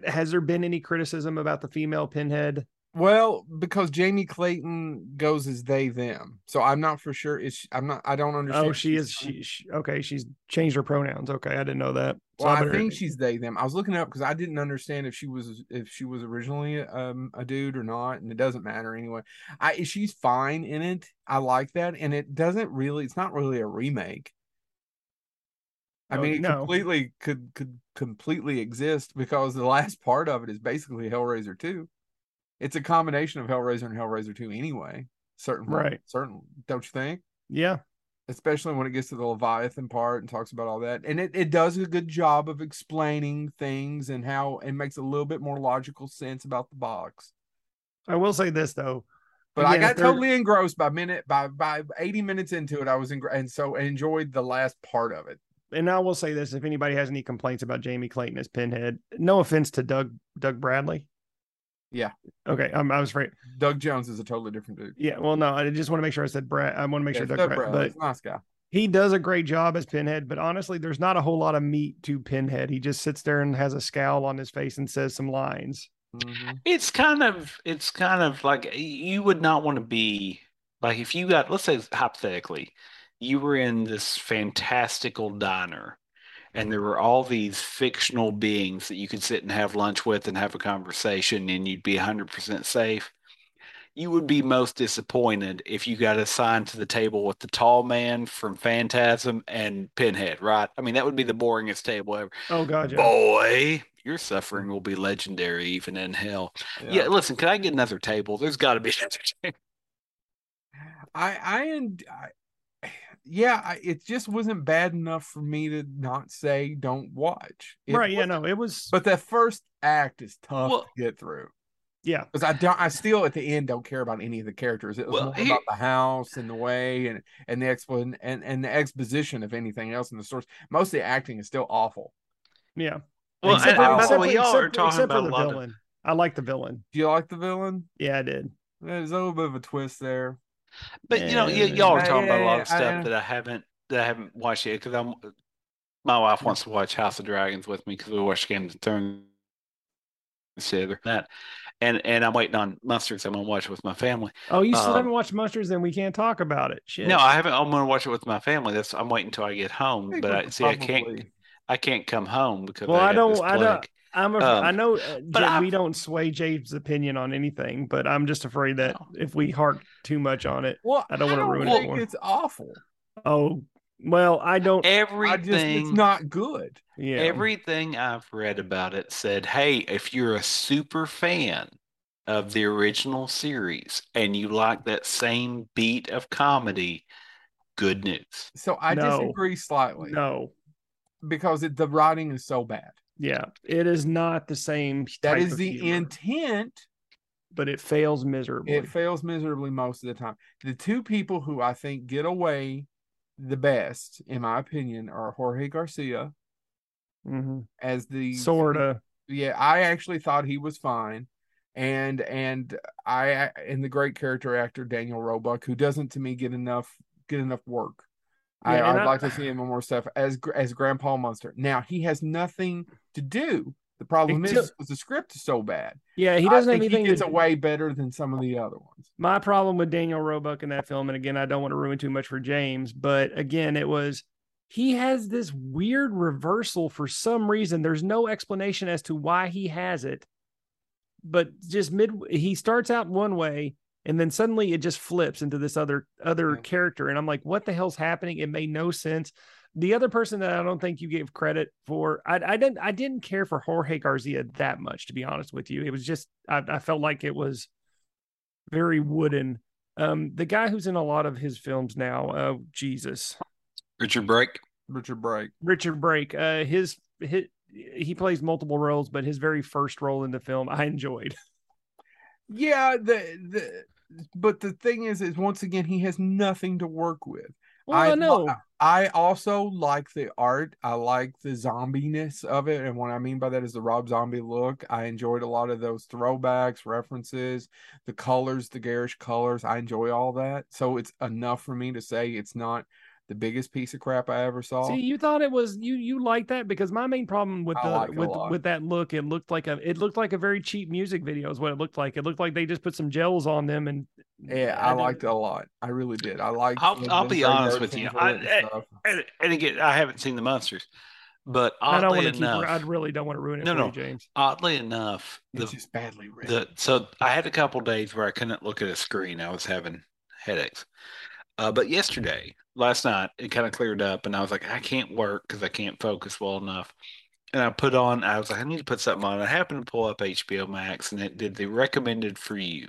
I has there been any criticism about the female pinhead?
Well, because Jamie Clayton goes as they them, so I'm not for sure. It's I'm not. I don't understand.
Oh,
if
she
she's
is.
trying-
She, she okay. She's changed her pronouns. Okay, I didn't know that. So
Well, I
better-
think she's they them. I was looking it up because I didn't understand if she was if she was originally um a dude or not, and it doesn't matter anyway. I she's fine in it. I like that, and it doesn't really. It's not really a remake. I
No,
mean, it
no.
completely could could completely exist because the last part of it is basically Hellraiser two. It's a combination of Hellraiser and Hellraiser two anyway. Certain
Right.
Certain, don't you think?
Yeah,
especially when it gets to the Leviathan part and talks about all that. And it, it does a good job of explaining things and how it makes a little bit more logical sense about the box.
I will say this though.
But I
Again,
got
if they're-
totally engrossed by minute by by 80 minutes into it. I was in and so I enjoyed the last part of it.
and I will say this: if anybody has any complaints about Jamie Clayton as Pinhead, no offense to Doug Doug Bradley.
Yeah.
Okay, um, I was right.
Doug Jones is a totally different dude.
Yeah, well, no, I just want to make sure I said Brad. I want to make
Yeah,
sure Doug,
Doug
Brad,
Bradley's
but
a nice guy.
he does a great job as Pinhead. But honestly, there's not a whole lot of meat to Pinhead. He just sits there and has a scowl on his face and says some lines.
Mhm.
It's kind of it's kind of like y- you would not want to be like if you got let's say hypothetically you were in this fantastical diner and there were all these fictional beings that you could sit and have lunch with and have a conversation and you'd be 100% safe. You would be most disappointed if you got assigned to the table with the tall man from Phantasm and Pinhead, right? I mean, that would be the boringest table ever.
Oh God, yeah.
Boy, your suffering will be legendary even in hell.
Yeah.
Yeah, listen, can I get another table? There's got to be another table.
I I and I, yeah, I, it just wasn't bad enough for me to not say don't watch. It
right? Yeah,
was-
no, it was.
But that first act is tough
Well-
to get through
yeah,
because I don't. I still at the end don't care about any of the characters. It was
Well,
more
here-
about the house and the way and and the explan and and the exposition of anything else in the source. Most of the acting is still awful.
yeah.
Well,
Except
and,
for-
and by the
except
way,
for-
y'all are
except-
talking
except for
about a
the
lot of
villain. I like the villain.
Do you like the villain?
Yeah, I did.
There's a little bit of a twist there.
But you know, y-
Yeah.
y'all are
Yeah,
talking about a
yeah,
lot
yeah,
of
I
stuff
know.
that I haven't that I haven't watched yet because I'm my wife wants to watch House of Dragons with me because we watched Game of Thrones together. That and and I'm waiting on Mustard, so I'm gonna watch it with my family.
Oh, you still
Um,
haven't watched Mustards, then we can't talk about it. Shit.
No, I haven't. I'm gonna watch it with my family. That's I'm waiting until I get
I
home.
think
but
we
I
could
see, I can't.
probably-
I can't come home because
Well,
I,
I
got this
don't- I don't-
plague.
I'm. Af-
um,
I know, uh,
but
Jim,
I-
we don't sway Jabe's opinion on anything, but I'm just afraid that
No.
if we hark too much on it,
Well,
I don't wanna ruin it
think
more.
It's awful.
oh, well, I don't.
I
E-,
just it's
Everything,
not good.
Yeah,
everything I've read about it said, hey, if you're a super fan of the original series and you like that same beat of comedy, good news.
So I
No.
disagree slightly
no,
because it, the writing is so bad.
yeah, it is not the same.
That
type
is
of
the
humor,
intent.
but it fails miserably.
It fails miserably most of the time. The two people who I think get away the best, in my opinion, are Jorge Garcia
Mhm.
as the
Sorta.
yeah i actually thought he was fine and and i and the great character actor daniel roebuck who doesn't to me get enough get enough work I,
Yeah, and
i'd
I-
like to see him in more stuff as Gr- as grandpa munster now he has nothing to do the problem
It
is,
took-
is the script is so bad
Yeah, he
I
doesn't have
think
anything.
he gets
to-
away better than some of the other ones
My problem with Daniel Roebuck in that film, and again, I don't want to ruin too much for James, but again, it was he has this weird reversal for some reason. There's no explanation as to why he has it, but just mid he starts out one way and then suddenly it just flips into this other other
Yeah.
character, and I'm like, what the hell's happening? It made no sense. The other person that I don't think you gave credit for, I, I didn't I didn't care for Jorge Garcia that much, to be honest with you. It was just I, I felt like it was very wooden. Um, the guy who's in a lot of his films now, uh, Jesus,
Richard Brake.
richard brake
Richard Brake. Uh, his, his he plays multiple roles, but his very first role in the film, I enjoyed.
yeah the the but the thing is is once again he has nothing to work with
Well,
I
I,
lo-
know.
I also like the art. I like the zombiness of it. And what I mean by that is the Rob Zombie look. I enjoyed a lot of those throwbacks, references, the colors, the garish colors. I enjoy all that. So it's enough for me to say it's not the biggest piece of crap I ever saw.
See, you thought it was you. You liked that because my main problem with
I
the
like it a
with
lot.
with that look, it looked like a it looked like a very cheap music video. Is what it looked like. It looked like they just put some gels on them and
yeah, I,
don't-
liked it a lot. I really did. I liked
I'll-
the
I'll
Lindsay
be honest with
Lohan
you.
for it
I- eh,
and stuff.
And, and again, I haven't seen the monsters, but
I don't
oddly
want to keep.
enough,
I really don't want to ruin it
No,
for
no.
you, James.
oddly enough, the
it's just badly written.
The so I had a couple days where I couldn't look at a screen. I was having headaches. Uh, but yesterday, last night, it kind of cleared up, and I was like, I can't work because I can't focus well enough. And I put on, I was like, I need to put something on. I happened to pull up HBO Max, and it did the recommended for you,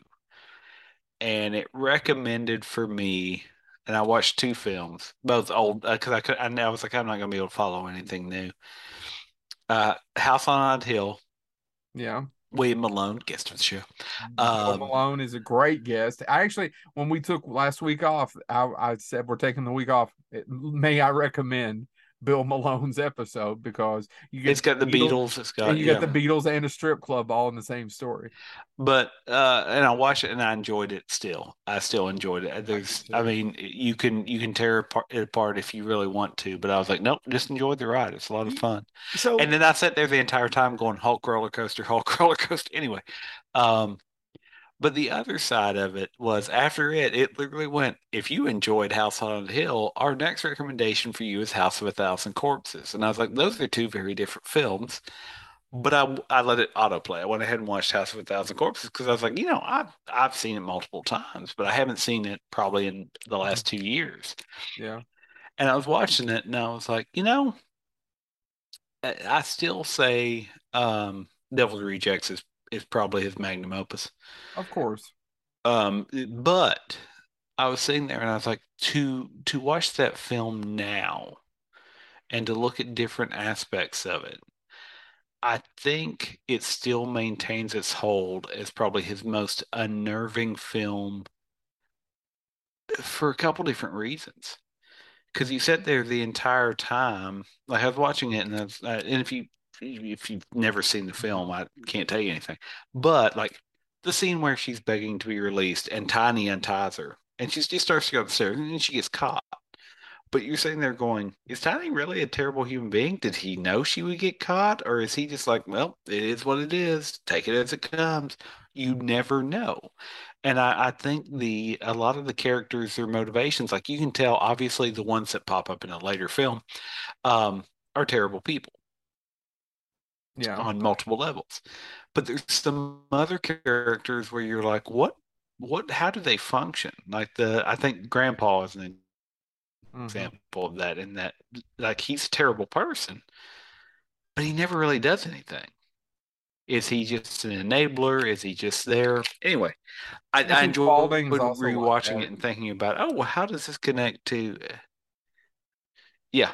and it recommended for me. And I watched two films, both old, because I could. I, I was like, I'm not gonna be able to follow anything new. Uh, House on Odd Hill,
yeah.
William Malone, guest of the show.
Joe
Um,
Malone is a great guest. I actually, when we took last week off, I, I said we're taking the week off. It- may I recommend Bill Malone's episode because you
it's got the Beatles. uh, It's got
and you got the Beatles and a strip club all in the same story.
but uh, and I watched it and I enjoyed it. Still, I still enjoyed it. There's, I mean, you can you can tear apart- it apart if you really want to, but I was like, nope, just enjoy the ride. It's a lot of fun.
So
And then I sat there the entire time going Hulk roller coaster, Hulk roller coaster. Anyway, um, but the other side of it was after it, it literally went. If you enjoyed House on the Hill, our next recommendation for you is House of a Thousand Corpses. And I was like, those are two very different films. But I I let it autoplay. I went ahead and watched House of a Thousand Corpses because I was like, you know, I've I've seen it multiple times, but I haven't seen it probably in the last two years
Yeah.
and I was watching it, and I was like, you know, I, I still say um, Devil's Rejects is is probably his magnum opus.
Of course.
Um, but I was sitting there, and I was like, to to watch that film now, and to look at different aspects of it. I think it still maintains its hold as probably his most unnerving film for a couple different reasons. Because you sat there the entire time. Like I was watching it, and I was, uh, and if you if you've never seen the film, I can't tell you anything. But like the scene where she's begging to be released, and Tiny unties her, and she just starts to go upstairs, and then she gets caught. But you're sitting there going, "Is Tiny really a terrible human being? Did he know she would get caught, or is he just like, well, it is what it is. Take it as it comes. You never know." And I, I think the a lot of the characters, their motivations, like you can tell, obviously the ones that pop up in a later film, um, are terrible people
Yeah.
on multiple levels. But there's some other characters where you're like, what, what, how do they function? Like the, I think Grandpa is an
Mhm.
example of that. In that, like he's a terrible person, but he never really does anything. Is he just an enabler? Is he just there? Anyway,
I
I, I
think
enjoyed
Spalding's also like
rewatching
that.
it and thinking about, oh, well, how does this connect to? Yeah,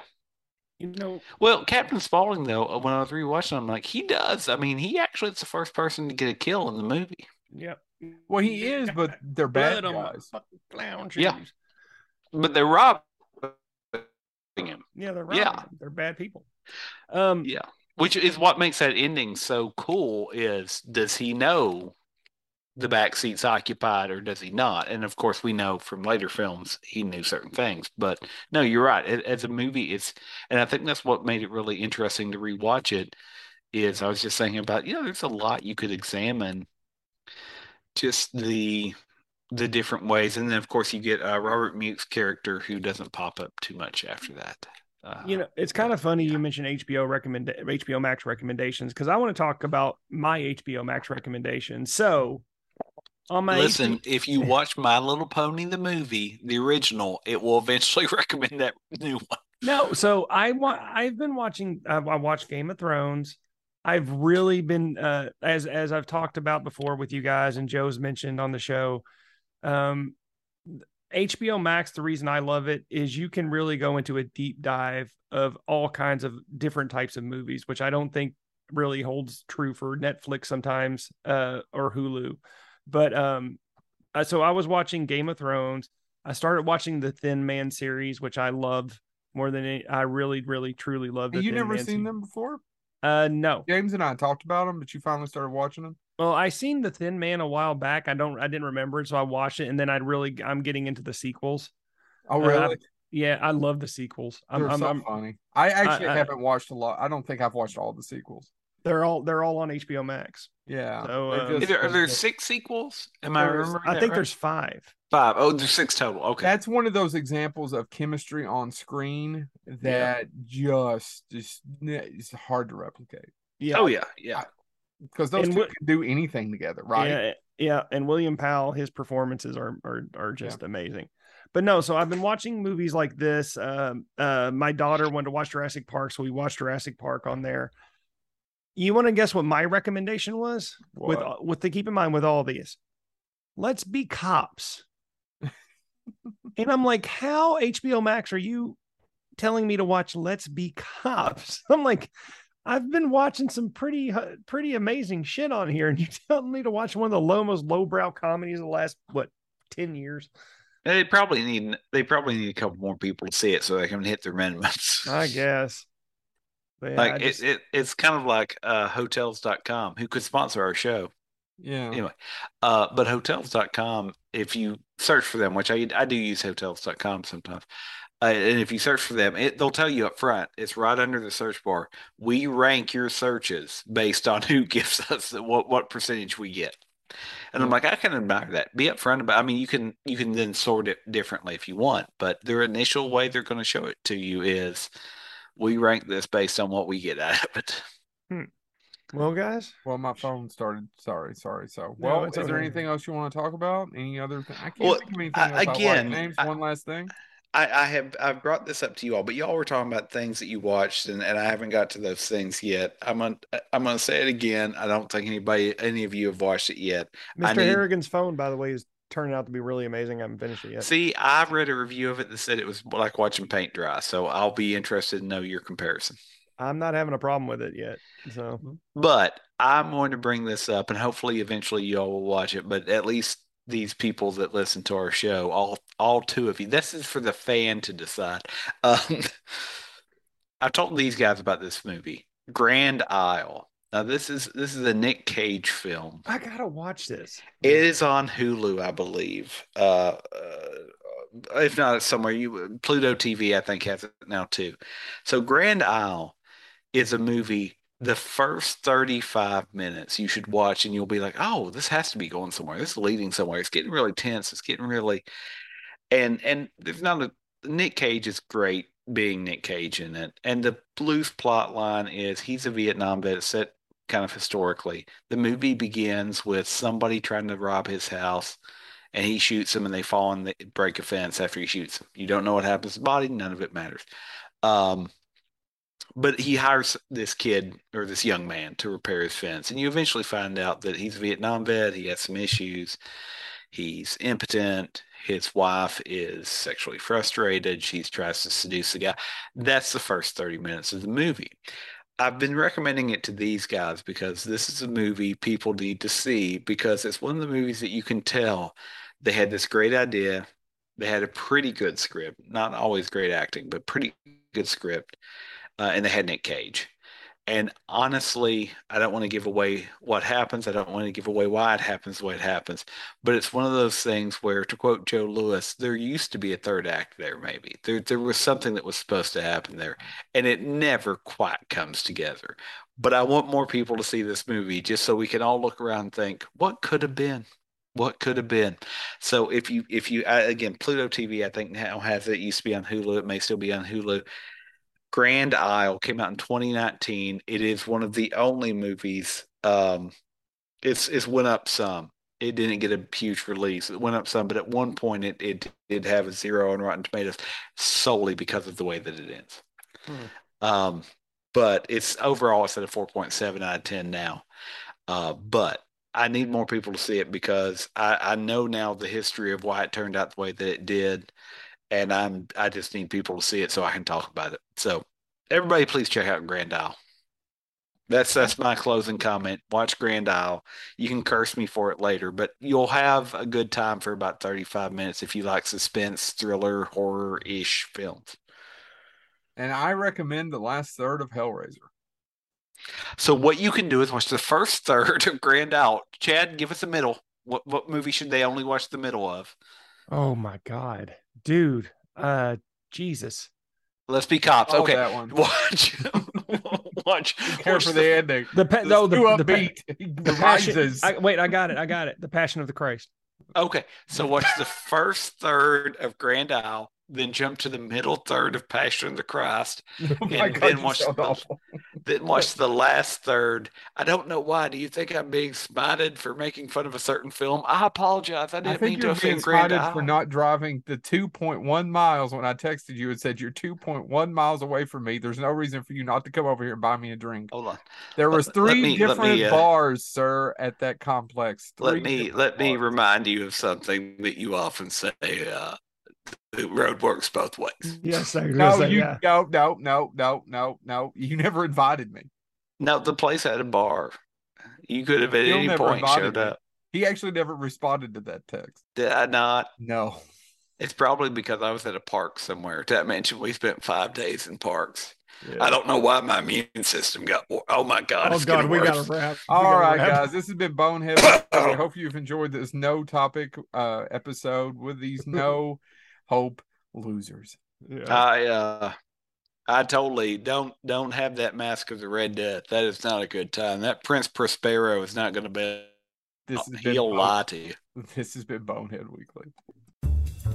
you know,
well, Captain Spaulding, though, uh, when I was rewatching, I'm like, he does. I mean, he actually is the first person to get a kill in the movie.
yeah.
Well, he is, but they're bad
blood on my
guys.
fucking clown shoes.
Yeah. But they rob him,
yeah, they're
Yeah.
right. They're bad people. Um,
Yeah. which is what makes that ending so cool. Is does he know the back seat's occupied or does he not? And of course, we know from later films he knew certain things. But no, you're right. It, as a movie, it's and I think that's what made it really interesting to rewatch it. Is I was just thinking about you know, there's a lot you could examine. Just the the different ways, and then of course you get uh, Robert Mute's character who doesn't pop up too much after that. Uh,
you know, it's kind of funny you mentioned HBO recommend HBO Max recommendations because I want to talk about my HBO Max recommendation. So, on my
Listen,
HBO
if you watch My Little Pony the movie, the original, it will eventually recommend that new one.
No, so I want. I've been watching. I, I watched Game of Thrones. I've really been uh, as as I've talked about before with you guys, and Joe's mentioned on the show. Um, HBO Max. The reason I love it is you can really go into a deep dive of all kinds of different types of movies, which I don't think really holds true for Netflix sometimes uh, or Hulu. But um, uh, so I was watching Game of Thrones. I started watching the Thin Man series, which I love more than any, I really, really, truly love. The
You
Thin
never
Man
seen
se-
them before?
Uh, no.
James and I talked about them, but you finally started watching them.
Well, I seen the Thin Man a while back. I don't, I didn't remember it, so I watched it, and then I really, I'm getting into the sequels.
Oh,
Uh,
really?
Yeah, I love the sequels. I'm,
They're
I'm,
so
I'm-
funny. I actually
I- I-
haven't watched a lot. I don't think I've watched all the sequels.
they're all, they're all on HBO Max.
Yeah.
So,
they're
um,
just-
Are there, are there
they're-
six sequels? Am I
There's-
remembering?
I
that
think
right?
there's five.
five. Oh, there's six total. Okay.
That's one of those examples of chemistry on screen that just just it's hard to replicate
Yeah.
oh yeah, yeah.
because those
And
two
what-
can do anything together, right?
Yeah, yeah, and William Powell, his performances are are are just amazing. But no, so I've been watching movies like this. Um, uh, my daughter wanted to watch Jurassic Park, so we watched Jurassic Park on there. You want to guess what my recommendation was? With uh,
What?
with the keep in mind with all these, let's be cops. and I'm like, how HBO Max are you telling me to watch Let's Be Cops? I'm like, I've been watching some pretty uh, pretty amazing shit on here, and you're telling me to watch one of the low, most lowbrow comedies of the last what ten years?
They probably need they probably need a couple more people to see it so they can hit their minimums.
I guess. But yeah, I
like
just-
it, it it's kind of like uh hotels.com who could sponsor our show.
Yeah.
Anyway, uh but hotels.com if you search for them, which I I do use hotels.com sometimes. Uh, and if you search for them, it, they'll tell you up front. It's right under the search bar. We rank your searches based on who gives us the, what what percentage we get. And I'm
Hmm.
like, I can admire that. Be upfront about. I mean, you can you can then sort it differently if you want, but their initial way they're going to show it to you is we rank this based on what we get out of it.
well, guys,
Well, my phone started. Sorry, sorry. So,
No,
well, is
it's
there
okay.
anything else you want to talk about? Any other thing? I can't
Well,
think of anything
I-
else. I like.
again,
James,
I-
one last thing.
I, I have I've brought this up to you all, but y'all were talking about things that you watched, and, and I haven't got to those things yet. I'm gonna I'm gonna say it again. I don't think anybody any of you have watched it yet. I
Mr.
need-
Harrigan's phone, by the way, is turning out to be really amazing. I haven't finished it yet.
See, I read a review of it that said it was like watching paint dry, so I'll be interested to know your comparison.
I'm not having a problem with it yet. So
But I'm going to bring this up, and hopefully, eventually, y'all will watch it. But at least these people that listen to our show, all all two of you, this is for the fan to decide. Um, I told these guys about this movie, Grand Isle. Now, this is this is a Nick Cage film.
I gotta watch this.
It is on Hulu, I believe. Uh, uh, if not, it's somewhere you Pluto TV, I think, has it now too. So Grand Isle is a movie. The first 35 minutes you should watch, and you'll be like, "Oh, this has to be going somewhere. This is leading somewhere. It's getting really tense. It's getting really," and and there's not a Nick Cage is great being Nick Cage in it. And the loose plot line is he's a Vietnam vet. It's set kind of historically. The movie begins with somebody trying to rob his house and he shoots them and they fall and they break a fence after he shoots them. You don't know what happens to the body, none of it matters. Um, but he hires this kid or this young man to repair his fence. And you eventually find out that he's a Vietnam vet, he has some issues, he's impotent. His wife is sexually frustrated. She tries to seduce the guy. That's the first 30 minutes of the movie. I've been recommending it to these guys because this is a movie people need to see because it's one of the movies that you can tell they had this great idea. They had a pretty good script, not always great acting, but pretty good script. Uh, and they had Nick Cage. And honestly, I don't want to give away what happens. I don't want to give away why it happens the way it happens. But it's one of those things where, to quote Joe Lewis, there used to be a third act there, maybe. There, there was something that was supposed to happen there and it never quite comes together. But I want more people to see this movie just so we can all look around and think, what could have been? What could have been? So if you if you I, again Pluto TV I think now has it. it used to be on Hulu it may still be on Hulu. Grand Isle came out in 2019. It is one of the only movies um it's it's went up some. It didn't get a huge release. It went up some, but at one point it it did have a zero on Rotten Tomatoes solely because of the way that it ends. Um, but it's overall it's at a 4.7 out of 10 now. Uh, but I need more people to see it because I, I know now the history of why it turned out the way that it did, and I'm I just need people to see it so I can talk about it. So everybody, please check out Grand Isle. That's that's my closing comment. Watch Grand Isle. You can curse me for it later, but you'll have a good time for about 35 minutes if you like suspense, thriller, horror-ish films.
And I recommend the last third of Hellraiser.
So what you can do is watch the first third of Grand Out. Chad, give us a middle. What what movie should they only watch the middle of?
Oh my god, dude. Uh Jesus.
Let's be cops.
Oh,
okay.
that one.
Watch watch
Care
watch
for
the-
the ending.
The pa-
It's
no, the,
too
the, pa-
upbeat. He
the passion.
rises.
I, wait, I got it. I got it. The Passion of the Christ.
Okay. So watch the first third of Grand Isle, then jump to the middle third of Passion of the Christ,
Oh my
and
God,
then
you
watch
sound
the-
awful.
then watch the last third. I don't know why. Do you think I'm being smited for making fun of a certain film? I apologize. I
I
didn't mean
think
to
you're being
offend Grand
spotted for
Isle.
not driving the 2.1 miles when I texted you and said you're 2.1 miles away from me. There's no reason for you not to come over here and buy me a drink.
Hold on.
There was
Let- let
three
me- let
different
me, uh,
bars, sir, at that complex. Three
Let me
different
let me
bars.
remind you of something that you often say. Uh, the road works both
Mm-hmm.
ways.
Yes, I
No, you no, no, no, no, no, no. You never invited me.
No, the place had a bar. You could have at
You'll
any
never
point
invited
showed
me.
up.
He actually never responded to that text.
Did I not?
No.
It's probably because I was at a park somewhere. That mentioned we spent five days in parks.
Yeah.
I don't know why my immune system got. wor- Oh my god!
Oh
it's
God,
getting
we got
worse.
to wrap. We
All
gotta
right,
wrap.
guys. This has been Bonehead. I hope you've enjoyed this no topic uh, episode with these no hope losers.
Yeah.
I uh, I totally don't don't have that mask of the Red Death. That is not a good time. That Prince Prospero is not going to be.
This has been
He'll
Bone-
lie to you.
This has been Bonehead Weekly.